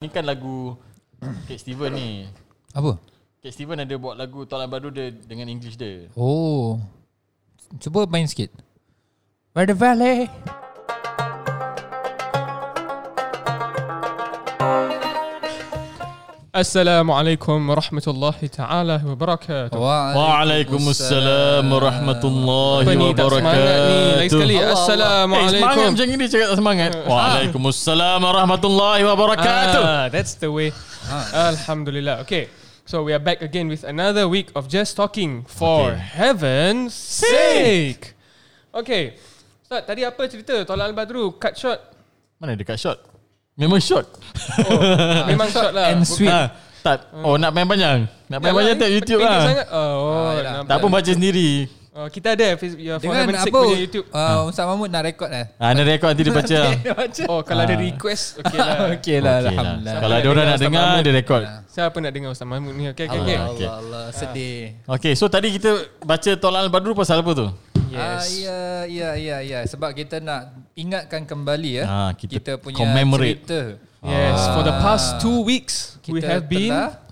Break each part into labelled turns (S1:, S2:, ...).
S1: Ni kan lagu Cat Steven ni
S2: Apa?
S1: Cat Steven ada buat lagu Tahun Baru dia Dengan English dia
S2: Oh. Cuba main sikit. Where the valley?
S3: eh? Assalamualaikum warahmatullahi taala wabarakatuh.
S1: Waalaikumsalam Warahmatullahi
S3: Apa ni tak semangat ni? Lagi sekali Assalamualaikum.
S1: Eh, semangat macam ni cakap tak semangat Waalaikumsalam Warahmatullahi Wabarakatuh
S3: Ah, that's the way.
S2: Ah.
S3: Alhamdulillah. Okay. So we are back again with another week of just talking for
S1: Okay.
S3: heaven's sake. Okay. Ustaz, tadi apa cerita Tolak Al-Badru cut short?
S1: Mana dekat shot? Memang shot
S3: Memang short lah.
S2: And sweet.
S1: Ah, Tak Oh nak main panjang Nak main
S3: Yalah,
S1: panjang
S3: ni
S1: tak YouTube
S3: pendek
S1: lah
S3: sangat. Oh,
S2: Ah, yalah.
S3: nampak.
S1: Tak pun baca sendiri
S3: Oh, kita ada Face- ya, for
S2: Dengan
S3: heaven's sake
S2: apa?
S3: punya YouTube.
S2: Uh, Ustaz Mahmud nak rekod lah.
S1: Ah, nak rekod nanti dia baca lah.
S3: Oh, kalau
S2: Ah.
S3: ada request, okay lah.
S2: Okey
S1: Okey lah.
S2: lah, Alhamdulillah.
S1: Kalau ada orang nak dengar Dia rekod
S3: Siapa nak dengar Ustaz Mahmud ni? Okay, okay, okay.
S1: Ah,
S2: Allah, Allah, sedih.
S3: Ah,
S1: Okay so tadi kita Baca Tolak Al-Badru pasal apa tu?
S2: Ah, ya, ya, ya, ya. Sebab kita nak ingatkan kembali ya.
S1: Ah, kita
S2: kita punya
S1: commemorate.
S2: cerita. Ah.
S3: Yes, for the past two weeks,
S2: Kita
S3: we have been
S2: telah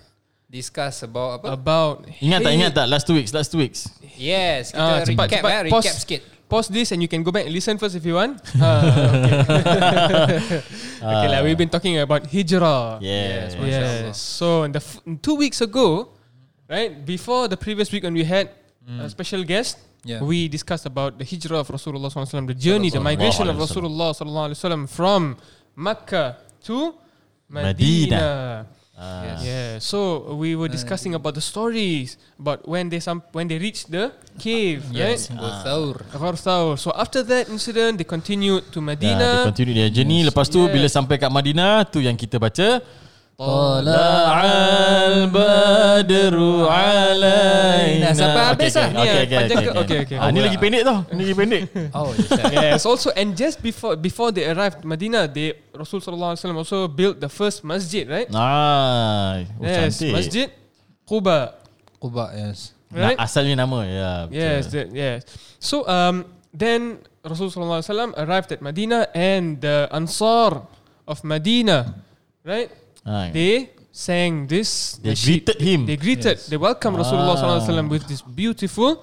S2: discuss about apa?
S3: about.
S1: Ingat tak ingat tak Last two weeks Last two weeks
S2: yes, kita
S3: Ah,
S2: recap
S3: cepat, cepat.
S2: eh,
S3: Pause.
S2: recap sikit.
S3: Pause this and you can go back and listen first if you want. Ah, okay, okay lah, we've been talking about hijrah.
S1: Yes,
S3: Yes. So in the f- two weeks ago, right before the previous week when we had
S1: Mm.
S3: a special guest,
S2: Yeah.
S3: we discussed about the hijrah of Rasulullah SAW, the journey, the
S1: Sallallahu
S3: migration of
S1: alaihi wasallam.
S3: Rasulullah SAW from Mecca to
S1: Medina.
S3: Medina.
S1: Ah.
S3: Yeah, so we were discussing about the stories about when they some when they reached the cave,
S2: Yes,
S1: Ah.
S3: right?
S2: Gothaur.
S3: Ghar Thawr. So after that incident, they continued to
S1: Dah, Dia
S3: Medina.
S1: continue dia journey Lepas tu
S3: Yes.
S1: bila sampai kat Madinah Tu yang kita baca
S2: Tala'al
S1: badru alaina
S2: alaina. Sampai habis
S1: okay,
S2: lah.
S3: Ni
S1: okay,
S3: yang
S1: okay, okay, okay,
S3: panjang ke?
S1: okay,
S3: Okay, okay.
S1: Ah, Ni lagi pendek tau Ni lagi pendek
S2: Oh, yes.
S3: yes, also and just before before they arrived Medina, they Rasul sallallahu alaihi wasallam also built the first masjid, right?
S1: Ah, oh,
S3: yes,
S1: cantik.
S3: Masjid Quba,
S2: Quba, yes.
S1: Nah,
S3: right?
S1: asalnya nama ya. betul.
S3: yes, that, yes. So um then Rasul sallallahu alaihi wasallam arrived at Medina and the Ansar of Medina, right?
S1: Ah,
S3: They sang this
S1: They
S3: nasheed.
S1: greeted him.
S3: They greeted. They welcomed Rasulullah sallallahu alaihi wasallam with this beautiful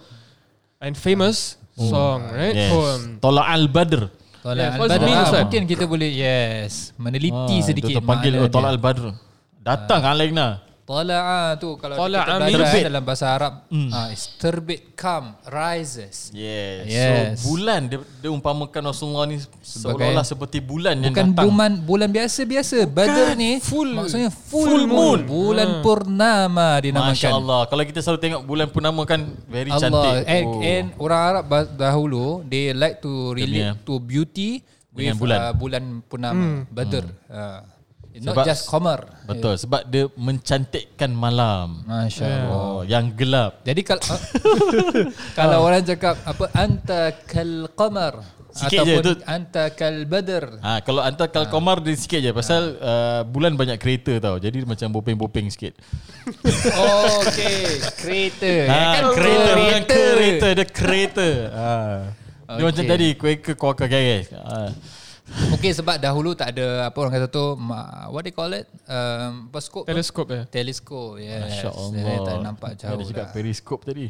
S3: and famous song, right? um,
S1: yes.
S3: Poem.
S1: Tolak al-Badr.
S2: Tolak
S3: Yeah, first
S2: al-Badr.
S3: mean,
S2: Ah,
S3: Ustaz.
S2: Mungkin kita boleh, yes. Meneliti
S1: Ah,
S2: sedikit.
S1: Dia panggil
S2: makna
S1: oh,
S2: dia.
S1: tolak al-Badr. Datang alaina.
S2: Tala'a ah, tu kalau kita
S3: Tala'a
S2: belajar
S3: means-
S1: Terbit.
S2: terbit. dalam bahasa Arab
S1: Hmm.
S2: mm. uh, is terbit come rises.
S1: Yes.
S2: Yes.
S1: So bulan dia, dia umpamakan Rasulullah ni seolah-olah seperti bulan yang
S2: Bukan
S1: datang.
S2: bulan bulan biasa-biasa. Badr ni
S3: Full-
S2: maksudnya full,
S3: full moon. Hmm.
S2: moon. Bulan purnama dinamakan.
S1: Masya Allah. Kalau kita selalu tengok bulan purnama kan very
S2: Allah.
S1: cantik.
S2: And, oh. and orang Arab bah- dahulu they like to
S1: Dia
S2: relate
S1: punya-
S2: to beauty with
S1: Dengan bulan. Hmm.
S2: Uh, bulan purnama. Badr. Uh, it's not
S1: Sebab-
S2: just qamar.
S1: Betul. Sebab dia mencantikkan malam.
S2: Masya Allah.
S1: Oh, yang gelap.
S2: Jadi kalau kalau
S1: Ah.
S2: orang cakap apa anta kal qamar
S1: Sikit je,
S2: ataupun
S1: tu.
S2: anta kal badr.
S1: Ha, kalau hantar kal komar dia sikit je pasal
S2: Ha.
S1: uh, bulan banyak kereta tau. Jadi dia macam bopeng-bopeng sikit.
S2: Okey, kereta. Ya
S1: Ha,
S2: kan?
S1: kereta bukan kereta, dia kereta. Ha. Dia
S2: Okey.
S1: macam tadi kueka kuaka guys. Ha.
S2: Okey sebab dahulu tak ada apa orang kata tu ma- what they call it? Um, apa skop? tu?
S3: Telescope eh.
S2: Teleskop. Yes.
S1: Masya-Allah.
S2: Jadi tak nampak jauh. lah.
S1: Dia cakap
S2: dah.
S1: periskop tadi.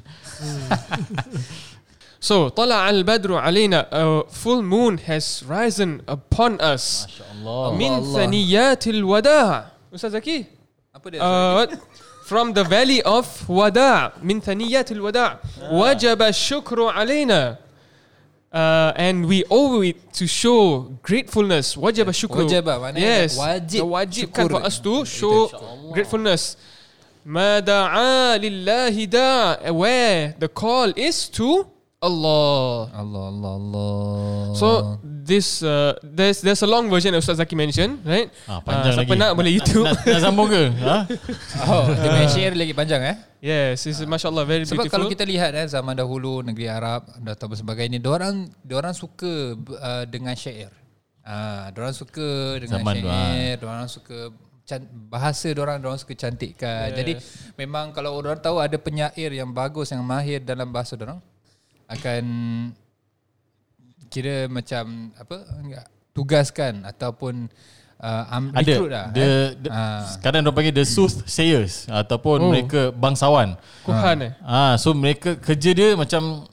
S3: So, طلع البدر علينا, a full moon has risen upon us.
S1: Masya-Allah.
S3: من ثنيات الوداع. Ustaz Zaki?
S2: Apa dia?
S3: Uh, what? From the valley of Wada, من ثنيات الوداع.
S2: Ah.
S3: وجب الشكر علينا. Uh, and we owe it to show gratefulness. Wajib syukur.
S2: Wajib, maknanya
S3: yes.
S2: wajib
S3: The wajib kan
S2: syukur.
S3: for us to show gratefulness. ما دعا لله داع where the call is to Allah.
S2: Allah Allah Allah.
S3: So this uh, there's there's a long version Ustaz Zaki mentioned, right?
S1: Ah, panjang
S3: Uh, siapa
S1: lagi.
S3: nak boleh YouTube.
S1: Nak, nak sambung ke? Ha?
S2: oh, dia punya share lagi panjang eh.
S3: yes, it's mashallah very
S2: Sebab
S3: beautiful.
S2: kalau kita lihat eh zaman dahulu negeri Arab dan apa sebagainya, diorang diorang suka uh, dengan syair. Ah, diorang suka dengan
S1: Zaman ah.
S2: zaman syair, diorang suka can- bahasa diorang diorang suka cantikkan. Yes. Jadi memang kalau orang tahu ada penyair yang bagus yang mahir dalam bahasa diorang akan kira macam apa enggak, tugaskan ataupun uh, um,
S1: Ada.
S2: recruit lah.
S1: The,
S2: eh.
S1: the,
S2: Ah.
S1: Sekarang dia panggil the soothsayers ataupun
S3: Oh.
S1: mereka bangsawan.
S3: Kuhan eh.
S1: Ah, so mereka kerja dia macam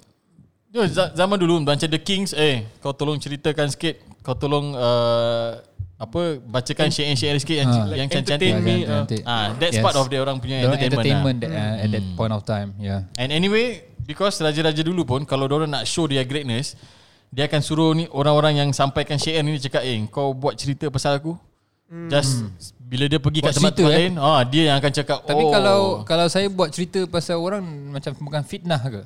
S1: dia za- zaman dulu macam The Kings, eh kau tolong ceritakan sikit, kau tolong uh, apa bacakan syair-syair sikit yang yang
S2: Ah.
S3: Like
S1: cantik.
S3: entertain me.
S2: Cantik, cantik.
S3: ah.
S1: Ah, that's
S2: Yes.
S1: part of the orang punya
S2: Dorang
S1: entertainment. ah.
S2: entertainment
S1: entertainment
S2: that, uh, at that point of time. Yeah.
S1: And anyway, because raja-raja dulu pun kalau dia nak show their greatness, dia akan suruh ni orang-orang yang sampaikan syair ni dia cakap, "Eh, kau buat cerita pasal aku." Just bila dia pergi
S2: Buat
S1: kat tempat
S2: cerita,
S1: tempat lain,
S2: eh.
S1: ah dia yang akan cakap,
S2: Tapi
S1: "Oh."
S2: kalau kalau saya buat cerita pasal orang macam bukan fitnah ke?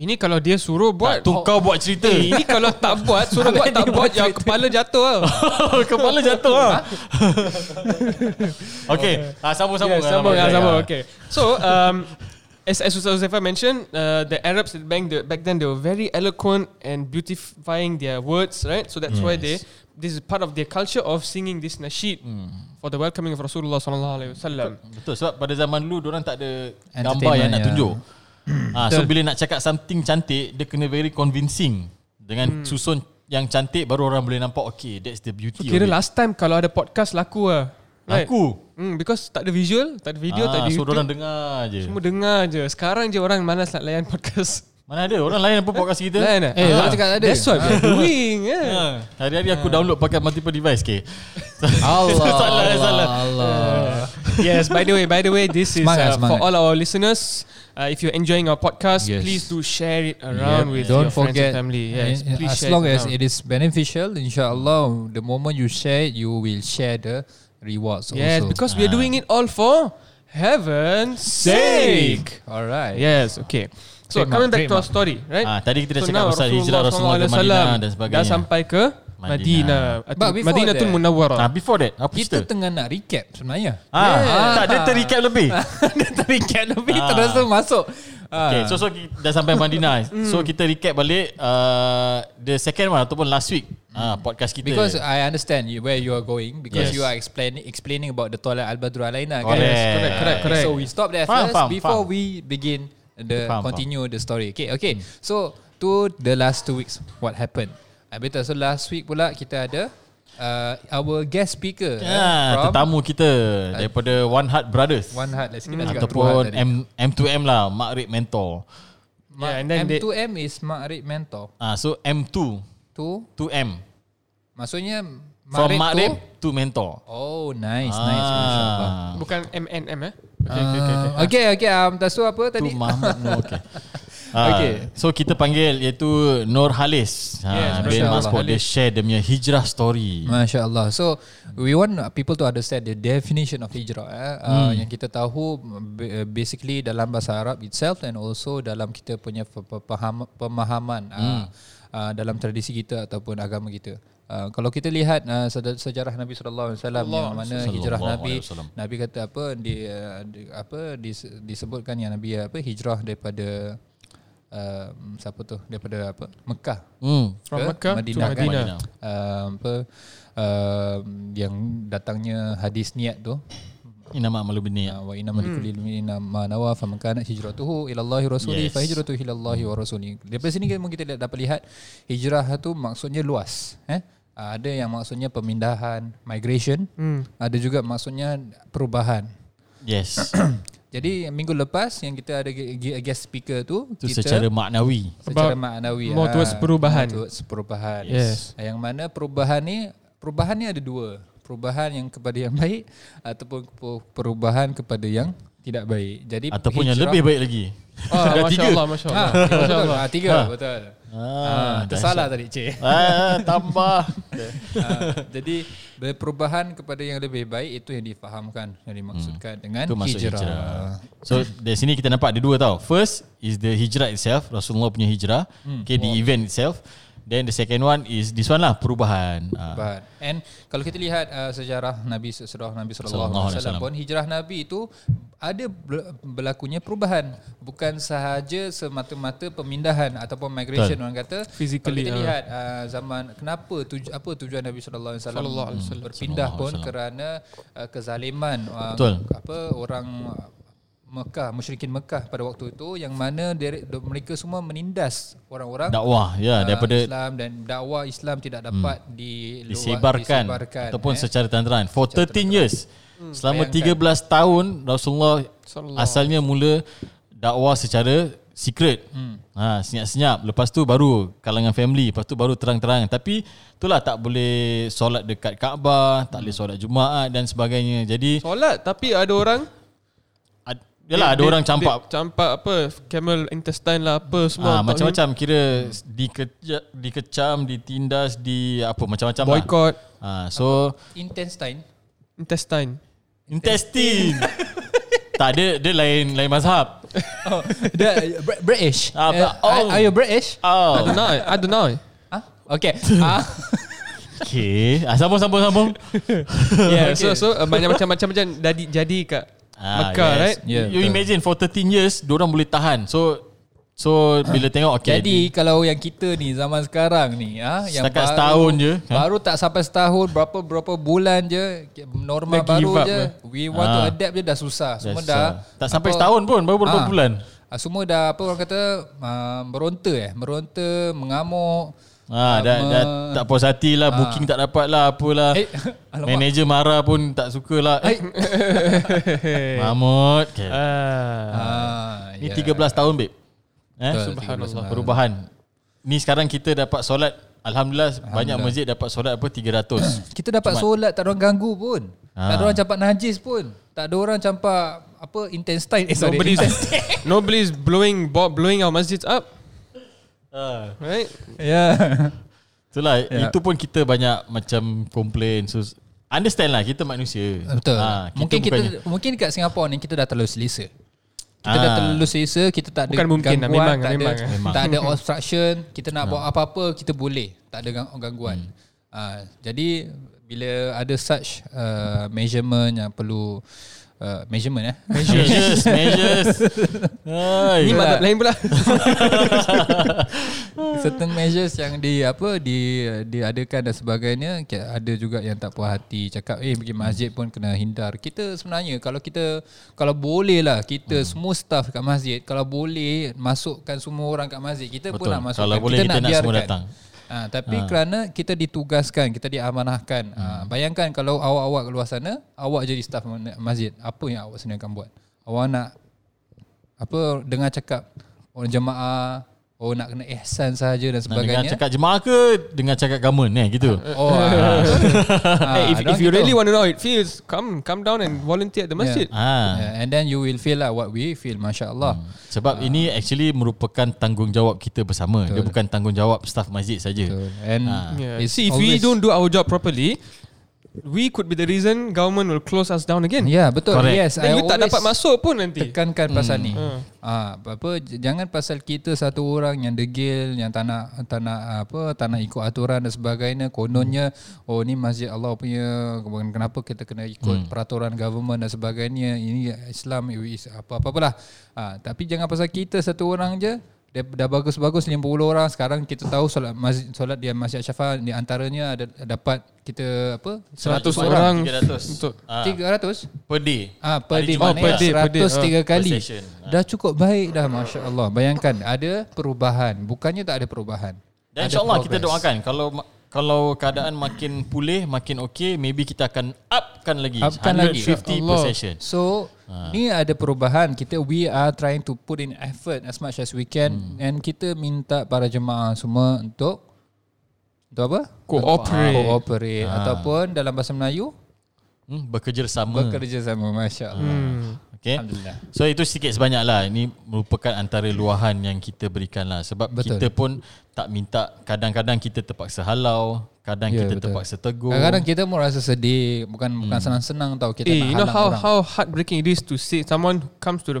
S3: Ini kalau dia suruh buat
S1: tak, tu kau buat cerita.
S3: Eh, ini kalau tak buat Suruh buat tak buat Yang kepala jatuh Ha, lah
S1: Kepala jatuh ah. okay, ah sambung-sambung.
S3: Yeah, sambung, yeah, ya, sambung.
S1: Ah. ya.
S3: Okay. So, um, as as Uzafa mentioned, uh, the Arabs at back, the, back then they were very eloquent and beautifying their words, right? So that's why they this is part of their culture of singing this nasheed for the welcoming of Rasulullah sallallahu alaihi wasallam.
S1: Betul sebab pada zaman dulu orang tak ada gambar yang nak
S2: ya.
S1: tunjuk. Ah so bila nak cakap something cantik dia kena very convincing dengan susun yang cantik baru orang boleh nampak okay that's the beauty.
S3: So kira
S1: of it.
S3: last time kalau ada podcast laku lah. Right?
S1: Aku
S3: Hmm, because tak ada visual, tak ada video,
S1: ah,
S3: tak ada
S1: so
S3: YouTube.
S1: orang dengar je.
S3: Semua dengar je. Sekarang je orang malas nak layan podcast.
S1: Mana ada orang lain apa podcast kita?
S3: Layan eh?
S2: Eh, orang cakap tak ada.
S3: That's what we're doing. Yeah.
S1: Ah, hari-hari aku download pakai multiple device ke.
S2: Allah.
S1: Salah,
S2: Allah,
S1: salah.
S2: Allah.
S3: yes, by the way, by the way, this is
S2: Semangat,
S3: uh, for
S2: semangat.
S3: all our listeners. Uh, if you're enjoying our podcast,
S2: Yes.
S3: please do share it
S2: Yep.
S3: around with
S2: Don't
S3: your friends
S2: forget,
S3: and family. Yes,
S2: eh,
S3: please
S2: as
S3: share
S2: long
S3: it
S2: as
S3: around.
S2: it is beneficial, inshallah, the moment you share, it, you will share the rewards
S3: yes,
S2: also. Ah.
S3: because we're doing it all for heaven's sake.
S2: all right.
S3: Yes, okay. So
S2: Trademark,
S3: coming back to our
S2: trademark.
S3: story, right?
S1: Ah, tadi kita dah
S3: so
S1: cakap
S3: now
S1: pasal hijrah Rasulullah ke
S3: SAW
S1: Madinah dan sebagainya.
S3: Dah sampai ke
S1: Madinah.
S3: Madinah. Atau
S2: But before
S3: Madinah tu
S2: that-
S3: Munawwarah.
S1: Ah before that apa
S2: Kita
S1: cerita?
S2: tengah nak recap sebenarnya.
S1: Ah,
S2: Yeah.
S1: tak dia terrecap lebih.
S2: Dia terrecap lebih
S1: Ah.
S2: terus Hmm. tu masuk.
S1: Okay,
S2: Ah.
S1: so so kita dah sampai Madinah. So kita recap balik uh, the second one ataupun last week uh, podcast kita.
S2: Because I understand you, where you are going because
S1: Yes.
S2: you are explaining explaining about the toilet Al Badru Alaina.
S1: Correct.
S2: Kan?
S3: correct, correct, correct.
S2: So we stop there
S1: Faham,
S2: first
S1: faham,
S2: before
S1: faham.
S2: we begin the
S1: Faham,
S2: continue the story. Okay, okay. So to the last two weeks, what happened? Ah, Betul. So last week pula kita ada uh, our guest speaker eh,
S1: ah,
S2: from
S1: tetamu kita daripada One Heart Brothers
S2: One Heart. Let's
S3: Hmm.
S2: kita cakap True
S1: ataupun
S2: Heart tadi.
S1: M M2M lah, Makrib Mentor.
S2: Ma-
S3: Yeah, and then they-
S2: M2M is Ma'rib Mentor.
S1: Ah, so M2,
S2: Tu
S1: 2M.
S2: maksudnya
S1: From
S2: Ma'rib
S1: Makrib to
S2: tu-
S1: Mentor.
S2: Oh, nice,
S1: ya,
S2: nice. Masya Allah.
S3: Bukan MNM eh. Ah. Okay, okay, okay.
S2: Uh, okay, okay. Um, tak so apa
S1: Tu
S2: tadi?
S1: Mahmud Nur okay.
S2: Okay.
S1: okay. So kita panggil iaitu Nur Halis
S3: Yes,
S1: ha,
S3: Masya
S1: bin
S2: Allah.
S1: Maspo Dia share dia punya hijrah story
S2: Masya Allah. So we want people to understand the definition of hijrah. Eh. Uh,
S1: Hmm.
S2: Yang kita tahu b- basically dalam bahasa Arab itself and also dalam kita punya pe- pe- paham- pemahaman
S1: Hmm.
S2: uh, uh, dalam tradisi kita ataupun agama kita. Uh, kalau kita lihat uh, sed- sejarah Nabi sallallahu alaihi wasallam yang mana hijrah
S1: Sallallahu
S2: Nabi
S1: alaihi wasallam.
S2: Nabi kata apa di, uh, di apa dis, disebutkan yang Nabi apa hijrah daripada uh, siapa tu daripada apa Mekah
S1: Hmm.
S3: From
S2: ke
S3: Mecca to
S2: Madinah, kan?
S3: Madinah.
S2: uh, apa uh, yang datangnya hadis niat tu
S1: Ini nama amalu bini.
S2: uh, wa inna
S3: Hmm.
S2: malikul ilmi ma nawa fa man kanat hijratuhu ila Allah rasuli
S1: Yes.
S2: fa hijratuhu ila Allah wa rasuli daripada sini kan kita kita dapat lihat hijrah tu maksudnya luas eh Uh, ada yang maksudnya pemindahan migration
S3: Hmm.
S2: ada juga maksudnya perubahan
S1: Yes.
S2: jadi minggu lepas yang kita ada gu- gu- guest speaker tu
S1: Itu
S2: kita
S1: secara maknawi.
S2: secara
S3: About
S2: maknawi
S3: more
S2: ah,
S3: towards perubahan.
S2: more towards perubahan Ah,
S3: Yes.
S2: yang mana perubahan ni perubahan ni ada dua perubahan yang kepada yang baik ataupun pe- perubahan kepada yang tidak baik jadi
S1: Ataupun yang lebih baik lagi.
S3: Ah,
S1: Ada
S3: Masya
S1: tiga.
S3: Allah, Masya
S2: ha,
S3: Allah.
S2: betul, ha, tiga
S1: Ha.
S2: betul
S1: Ah,
S2: ha, tersalah tadi cik
S1: Ah, tambah.
S2: Ah, jadi dari perubahan kepada yang lebih baik itu yang difahamkan yang dimaksudkan dengan
S1: Hmm. Itu masuk
S2: Kan hijrah.
S1: hijrah. So dari sini kita nampak ada dua tau. First is the hijrah itself, Rasulullah punya hijrah.
S2: Hmm.
S1: Okay, the event itself. Then the second one is this one lah, perubahan. Ah,
S2: But and kalau kita lihat uh, sejarah Nabi sejarah Nabi sallallahu
S1: Sallallahu
S2: alaihi
S1: alaihi
S2: wasallam pun hijrah Nabi itu ada bel- berlakunya perubahan bukan sahaja semata-mata pemindahan ataupun migration orang kata kalau
S3: Physically,
S2: kita
S3: ah.
S2: lihat uh, zaman kenapa tuju, apa tujuan Nabi sallallahu alaihi wasallam berpindah pun kerana uh, kezaliman uh,
S1: Betul.
S2: apa orang Mekah, musyrikin Mekah pada waktu itu yang mana dere- de- mereka semua menindas orang-orang
S1: dakwah ya
S2: uh,
S1: daripada
S2: Islam dan dakwah Islam tidak dapat hmm. diluar,
S1: disebarkan,
S2: disebarkan
S1: ataupun
S2: eh.
S1: secara terang-terang for 13 years. Selama 13 tahun Rasulullah
S3: Hmm, Sallallahu
S1: asalnya mula dakwah secara secret.
S3: Hmm.
S1: Ha senyap-senyap. Lepas tu baru kalangan family, lepas tu baru terang-terang. Tapi itulah tak boleh solat dekat Kaabah, tak
S3: Hmm.
S1: boleh solat Jumaat dan sebagainya. Jadi
S3: Ha, Solat tapi ada orang
S1: ad, yalah ada
S3: dia-
S1: orang
S3: dia-
S1: campak Ha,
S3: dia Campak apa Camel intestine lah Apa semua
S1: Ah,
S3: Tak Hmm.
S1: macam-macam kira dikeja, dikecam, ditindas, di apa macam-macam
S3: boleh.
S1: lah.
S3: Boycott
S1: Ah, so
S2: intestine
S3: Intestine
S1: intestine. tak ada dia lain lain mazhab.
S2: oh, the Br- British
S1: Ah,
S2: Eh,
S1: oh.
S2: are, are you British
S3: I
S1: Oh.
S3: don't know I don't know
S2: huh? okay ah
S1: Okay. Ah, sambung sambung sambung.
S3: Yeah so so uh, banyak macam-macam macam jadi jadi kat
S1: Ah,
S3: Mekah right
S2: Yeah,
S1: you
S2: betul.
S1: imagine for 13 years orang boleh tahan. So so bila tengok okay.
S2: Ah, Jadi kalau yang kita ni zaman sekarang ni ah yang
S1: Setakat setahun je, ha?
S2: Baru tak sampai setahun berapa berapa bulan je norma
S3: Dah give
S2: baru
S3: up
S2: je.
S3: lah.
S2: We want to
S1: Ah.
S2: adapt je dah susah.
S1: dia-
S2: Semua
S1: Yes,
S2: dah
S1: ah. tak sampai
S2: apa-
S1: setahun pun baru beberapa
S2: Ah.
S1: bulan.
S2: Ah, semua dah apa orang kata uh, meronta eh, meronta, mengamuk.
S1: Ah, dah, dah tak puas hati lah, booking tak dapat lah, apalah.
S2: Ah. Eh, alamak.
S1: Manager marah pun tak suka lah. Eh,
S2: Eh.
S1: Mahmud. Okay.
S3: Ah,
S2: Ah,
S1: Ni
S2: ya.
S1: 13 tahun babe. Eh,
S2: Betul,
S1: subhanallah.
S2: 13
S1: Perubahan. Ni sekarang kita dapat solat Alhamdulillah, banyak masjid dapat solat apa 300.
S2: Kita dapat solat tak ada orang ganggu pun. Tak
S1: Ah.
S2: ada orang campak najis pun. Tak ada orang campak apa intestine. Eh, sorry.
S3: Nobody's
S2: intestine.
S3: Nobody's blowing bo- Blowing our masjids up
S1: Ah.
S3: Right
S2: Ya. yeah.
S1: Itulah
S3: Ya.
S1: itu pun kita banyak macam complain. So understand lah kita manusia.
S2: Betul.
S1: Ah, kita
S2: mungkin kita
S1: bukannya-
S2: mungkin kat Singapore ni kita dah terlalu selesa. Kita
S1: Ah.
S2: dah terlalu selesa, kita tak ada
S3: Bukan mungkin lah, memang,
S2: tak
S3: memang,
S2: ada
S1: memang.
S2: tak ada obstruction, kita nak
S1: Ah.
S2: buat apa-apa kita boleh, tak ada gang- gangguan.
S1: Hmm.
S2: Ah, jadi bila ada such uh, measurement yang perlu uh, measurement eh.
S1: measures, measures. Hai.
S3: Ni madhab lain pula Ah,
S1: Hmm.
S2: certain measures yang di apa di diadakan dan sebagainya Ki- ada juga yang tak puas hati cakap eh pergi masjid pun kena hindar kita sebenarnya kalau kita kalau boleh lah kita hmm. semua staff kat masjid kalau boleh masukkan semua orang kat masjid kita pun
S1: Betul.
S2: nak masukkan
S1: Kalau boleh, kita nak semua datang.
S2: Ha, tapi ha. kerana kita ditugaskan, kita diamanahkan. Ha,
S1: Hmm.
S2: bayangkan kalau awak-awak keluar sana, awak jadi staf ma- masjid, apa yang awak sendiri akan buat? Awak nak apa dengar cakap orang jemaah, oh nak kena ihsan sahaja dan
S1: Nak dengar
S2: sebagainya.
S1: cakap jemaah ke dengar cakap government eh gitu.
S2: Oh, ha. ha,
S3: Hey, if,
S2: dorang
S3: if you
S2: gitu.
S3: really want to know how it feels, come come down and volunteer at the masjid.
S1: Ah.
S2: Yeah, and then you will feel lah what we feel, masya-Allah.
S3: Hmm.
S1: Sebab ini actually merupakan tanggungjawab kita bersama. Dia bukan tanggungjawab staff masjid saja.
S2: So, and
S3: Yeah.
S2: it's
S3: Ah. See, if
S2: always-
S3: we don't do our job properly, we could be the reason government will close us down again.
S2: Ya yeah, betul.
S1: Correct.
S2: Yes,
S3: Then you tak
S2: always-
S3: dapat masuk pun nanti.
S2: tekankan pasal ni. Ah ha, apa j- jangan pasal kita satu orang yang degil yang tak nak tak nak ah, apa tak nak ikut aturan dan sebagainya kononnya oh ni masjid Allah punya kemudian kenapa kita kena ikut peraturan government dan sebagainya ini Islam is apa apa apalah. Ah tapi jangan pasal kita satu orang je dia dah bagus-bagus 50 orang sekarang kita tahu solat masjid solat di Masjid Syafa di antaranya ada dapat kita apa
S1: 100
S3: 100 orang.
S1: orang, 300.
S3: Untuk,
S1: Ah.
S2: 300
S1: Per day.
S2: Ah per
S1: Hari
S2: day
S1: Jumaat. ya.
S2: mana
S3: per day, oh, per day.
S2: 103 kali.
S1: per session.
S2: Dah cukup baik dah masya-Allah. Bayangkan ada perubahan, bukannya tak ada perubahan.
S1: Dan
S2: Ada
S1: insyaAllah kita
S2: progress.
S1: doakan kalau ma- kalau keadaan makin pulih, makin okey, maybe kita akan upkan lagi.
S2: Upkan lagi.
S1: 150 per
S3: Allah.
S1: session.
S2: So
S3: Ah.
S2: ni ada perubahan kita we are trying to put in effort as much as we can
S3: Hmm.
S2: and kita minta para jemaah semua untuk untuk apa? Ah,
S3: Cooperate. Ah.
S2: Cooperate ataupun dalam bahasa Melayu
S1: Hmm, bekerja sama.
S2: bekerja sama masya-Allah.
S3: Hmm.
S1: Okay.
S2: Alhamdulillah.
S1: So itu sikit sebanyak lah Ini merupakan antara luahan yang kita berikan lah Sebab betul.
S2: Betul.
S1: kita pun tak minta Kadang-kadang kita terpaksa halau Kadang
S2: Ya,
S1: yeah, kita
S2: betul.
S1: betul. terpaksa tegur
S2: Kadang-kadang kita pun rasa sedih, bukan bukan senang-senang tau kita
S3: Hmm. Eh,
S2: nak
S3: you
S2: halang
S3: know
S1: lah
S3: how
S2: orang.
S3: how heartbreaking it is to see someone who comes to the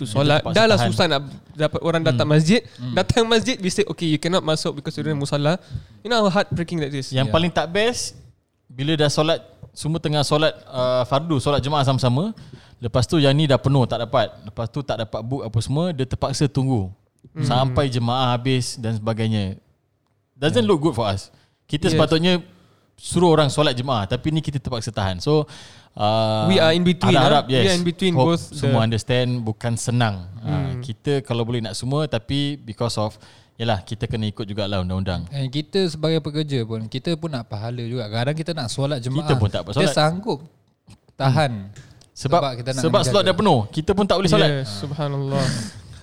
S2: Masjid.
S3: to solat.
S1: terpaksa
S3: Dah lah
S1: tahan. Hmm.
S3: susah nak dapat orang datang masjid. Datang masjid, we say, okay, you cannot masuk because you're in musalla. You know how heartbreaking that is.
S1: Yang yeah. paling tak best Bila dah solat Semua tengah solat uh, fardu Solat jemaah sama-sama Lepas tu yang ni dah penuh tak dapat Lepas tu tak dapat book apa semua Dia terpaksa tunggu
S3: Hmm.
S1: mm. Sampai jemaah habis dan sebagainya Doesn't yeah. look good for us Kita
S3: Ya. Yes.
S1: sepatutnya suruh orang solat jemaah tapi ni kita terpaksa tahan. So uh,
S3: We are in between,
S1: Ada
S3: ah.
S1: harap
S3: We
S1: yes.
S3: are in between
S1: Hope
S3: both
S1: semua
S3: the-
S1: understand bukan senang. Hmm. Uh, kita kalau boleh nak semua tapi because of yalah kita kena ikut jugalah undang-undang.
S2: And kita sebagai pekerja pun Kita pun nak pahala juga Kadang kita nak solat jemaah
S1: Kita pun tak buat
S2: Kita
S1: solat.
S2: sanggup Tahan
S1: Sebab
S2: Sebab
S1: sebab,
S2: kita nak
S1: sebab
S2: menjaga.
S1: slot dah penuh. Kita pun tak boleh solat.
S3: Yeah, subhanallah.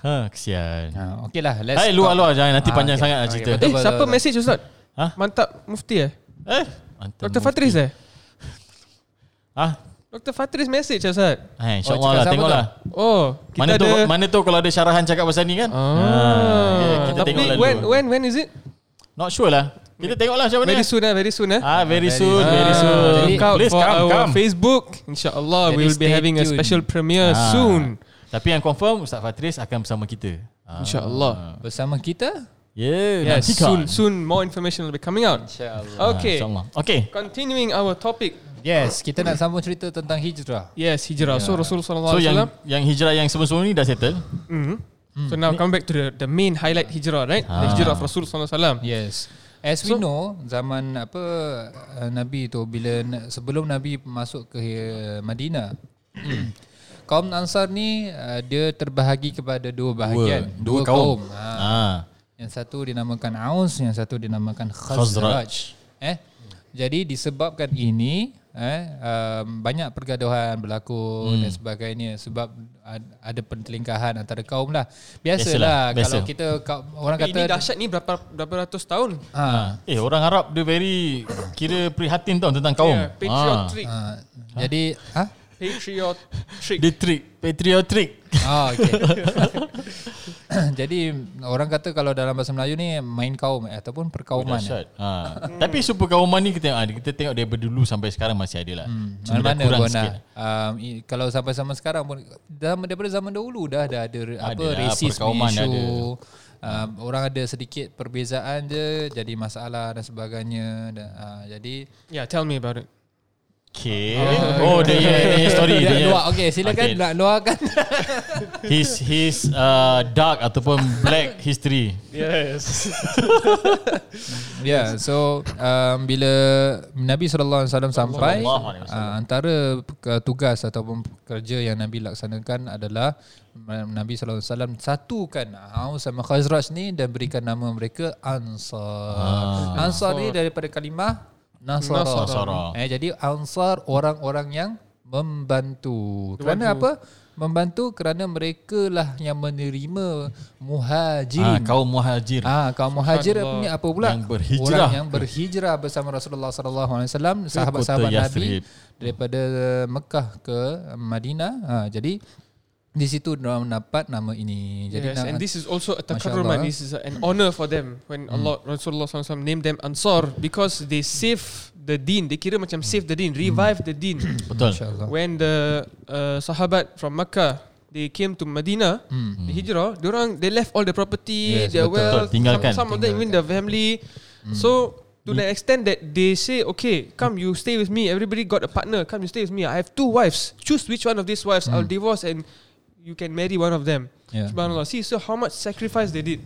S1: Ha kesian.
S2: ha, Okay lah let's
S1: Hai
S2: talk.
S1: luar luar jangan nanti
S2: Ah,
S1: panjang
S2: okay.
S1: sangat nak
S2: Okay,
S1: cerita.
S2: betul.
S3: eh, siapa message Ustaz?
S1: Hah?
S3: Mantap mufti eh?
S1: Eh? Antam Mufti.
S3: Dr. Fatris eh?
S1: Ha?
S3: Dr. Fatris message
S1: Eh,
S3: Ustaz.
S2: Oh, cakap
S1: insyaAllah lah,
S2: sama
S1: tengoklah.
S3: Oh, kita
S1: Mana
S3: ada
S1: tu mana tu kalau ada syarahan cakap pasal ni kan?
S3: Ah.
S1: yeah, kita
S3: Tapi
S1: tengoklah
S3: when,
S1: dulu.
S3: when when is it?
S1: Not sure lah. Kita tengoklah macam mana.
S3: Very soon eh, very soon eh.
S1: Ah, very soon, very soon.
S3: Ah, Look out
S1: Please
S3: for
S1: come,
S3: our
S1: come.
S3: Facebook. Inshallah,
S2: Jadi
S3: we will be
S2: stay
S3: having a
S2: tuned.
S3: special premiere
S1: Ah.
S3: soon.
S1: Tapi yang confirm Ustaz Fatris akan bersama kita. Ah.
S3: Inshallah.
S2: Bersama kita
S1: Yeah,
S3: Yes,
S1: nantikan.
S3: soon soon more information will be coming out.
S2: InsyaAllah
S1: Ah,
S3: Okay.
S1: InsyaAllah. Okay.
S3: Continuing our topic.
S2: Yes kita nak sambung cerita tentang hijrah
S3: Yes, hijrah. So Rasulullah sallallahu
S1: So
S3: alaihi
S1: yang
S3: wasallam.
S1: yang hijrah yang sebelum-sebelum ni dah settle.
S3: Mhm. So now come back to the the main highlight hijrah, right? The
S1: Ah.
S3: hijrah of Rasul sallallahu alaihi wasallam.
S2: Yes. As we know zaman apa uh, Nabi tu bila na- sebelum Nabi masuk ke uh, Madinah kaum Ansar ni uh, dia terbahagi kepada dua bahagian,
S1: dua kaum.
S2: Ha.
S1: Ah.
S2: Yang satu dinamakan Aus, yang satu dinamakan
S1: Khazraj.
S2: Khazraj. Eh. Jadi disebabkan ini eh um, banyak pergaduhan berlaku hmm. dan sebagainya sebab ad- ada pentelingkahan antara kaum lah. Biasalah,
S1: Biasalah,
S2: kalau
S1: biasa.
S2: kita kau- orang
S3: Ini
S2: kata
S3: dahsyat ni berapa berapa ratus tahun.
S2: ha
S1: Eh, orang Arab dia very kira prihatin tau tentang kaum. Ah.
S3: Yeah, patriotic.
S2: Ha, jadi ha?
S3: Patriotic.
S1: Dia trick, patriotic.
S2: Oh, okay. jadi orang kata kalau dalam bahasa Melayu ni main kaum eh, ataupun perkauman. eh.
S1: Dahsyat. Ah. Tapi super kauman ni kita ah, kita tengok daripada dulu sampai sekarang masih ada lah. Hmm. Cuma dah
S2: Mana-mana
S1: kurang
S2: pun
S1: sikit.
S2: lah. Um, i- kalau sampai zaman sekarang pun zaman, daripada zaman dahulu dah dah ada re- apa
S1: Ada lah,
S2: rasis
S1: perkauman
S2: issue.
S1: ada.
S2: Um, orang ada sedikit perbezaan je jadi masalah dan sebagainya. Dan, uh, jadi
S3: Yeah, tell me about it.
S1: Okay. Oh, dia punya- dia punya story. Dia punya-
S2: Luar, okay, silakan
S1: Okay.
S2: nak luarkan.
S1: his his uh, dark ataupun black history.
S3: Yes.
S2: Yeah, so um, bila Nabi sallallahu alaihi wasallam sampai
S1: Sallallahu alaihi wasallam.
S2: uh, antara pe- tugas ataupun kerja yang Nabi laksanakan adalah uh, Nabi sallallahu alaihi wasallam satukan Aus sama Khazraj ni dan berikan nama mereka Ansar. Ansar ni daripada kalimah Nasara.
S1: Ah. Nasara.
S2: Eh jadi Ansar orang-orang yang membantu. Kerana apa? Membantu kerana mereka lah yang menerima
S1: Ah,
S2: muhajirin.
S1: kaum muhajir.
S2: Ah, kaum muhajir ni apa pula?
S1: Yang berhijrah.
S2: Orang yang berhijrah bersama Rasulullah sallallahu alaihi wasallam,
S1: kota
S2: sahabat-sahabat Nabi
S1: Yathrib.
S2: daripada Mekah ke Madinah. Ha, jadi di situ orang dapat nama ini. Jadi
S3: yes,
S2: nak-
S3: and this is also a
S2: Masya
S3: takarum,
S2: Allah, Hmm.
S3: and
S2: eh.
S3: this is an honor for them when Allah Rasulullah SAW named them Ansar because they save the deen. They kira macam save the deen,
S2: Hmm.
S3: revive the deen.
S1: Betul.
S2: insya-Allah.
S3: when the uh, Sahabat from Makkah they came to Medina, the hijrah, they orang they left all the property,
S2: Hmm. Yes,
S3: their
S2: betul. Hmm.
S3: wealth,
S1: Betul, tinggalkan.
S3: some, some of them even their family. So to the extent that they say, okay, come you stay with me. Everybody got a partner. Come you stay with me. I have two wives. Choose which one of these wives.
S2: Hmm.
S3: I'll divorce and you can marry one of them.
S2: Yeah.
S3: Subhanallah. See, so how much sacrifice they did.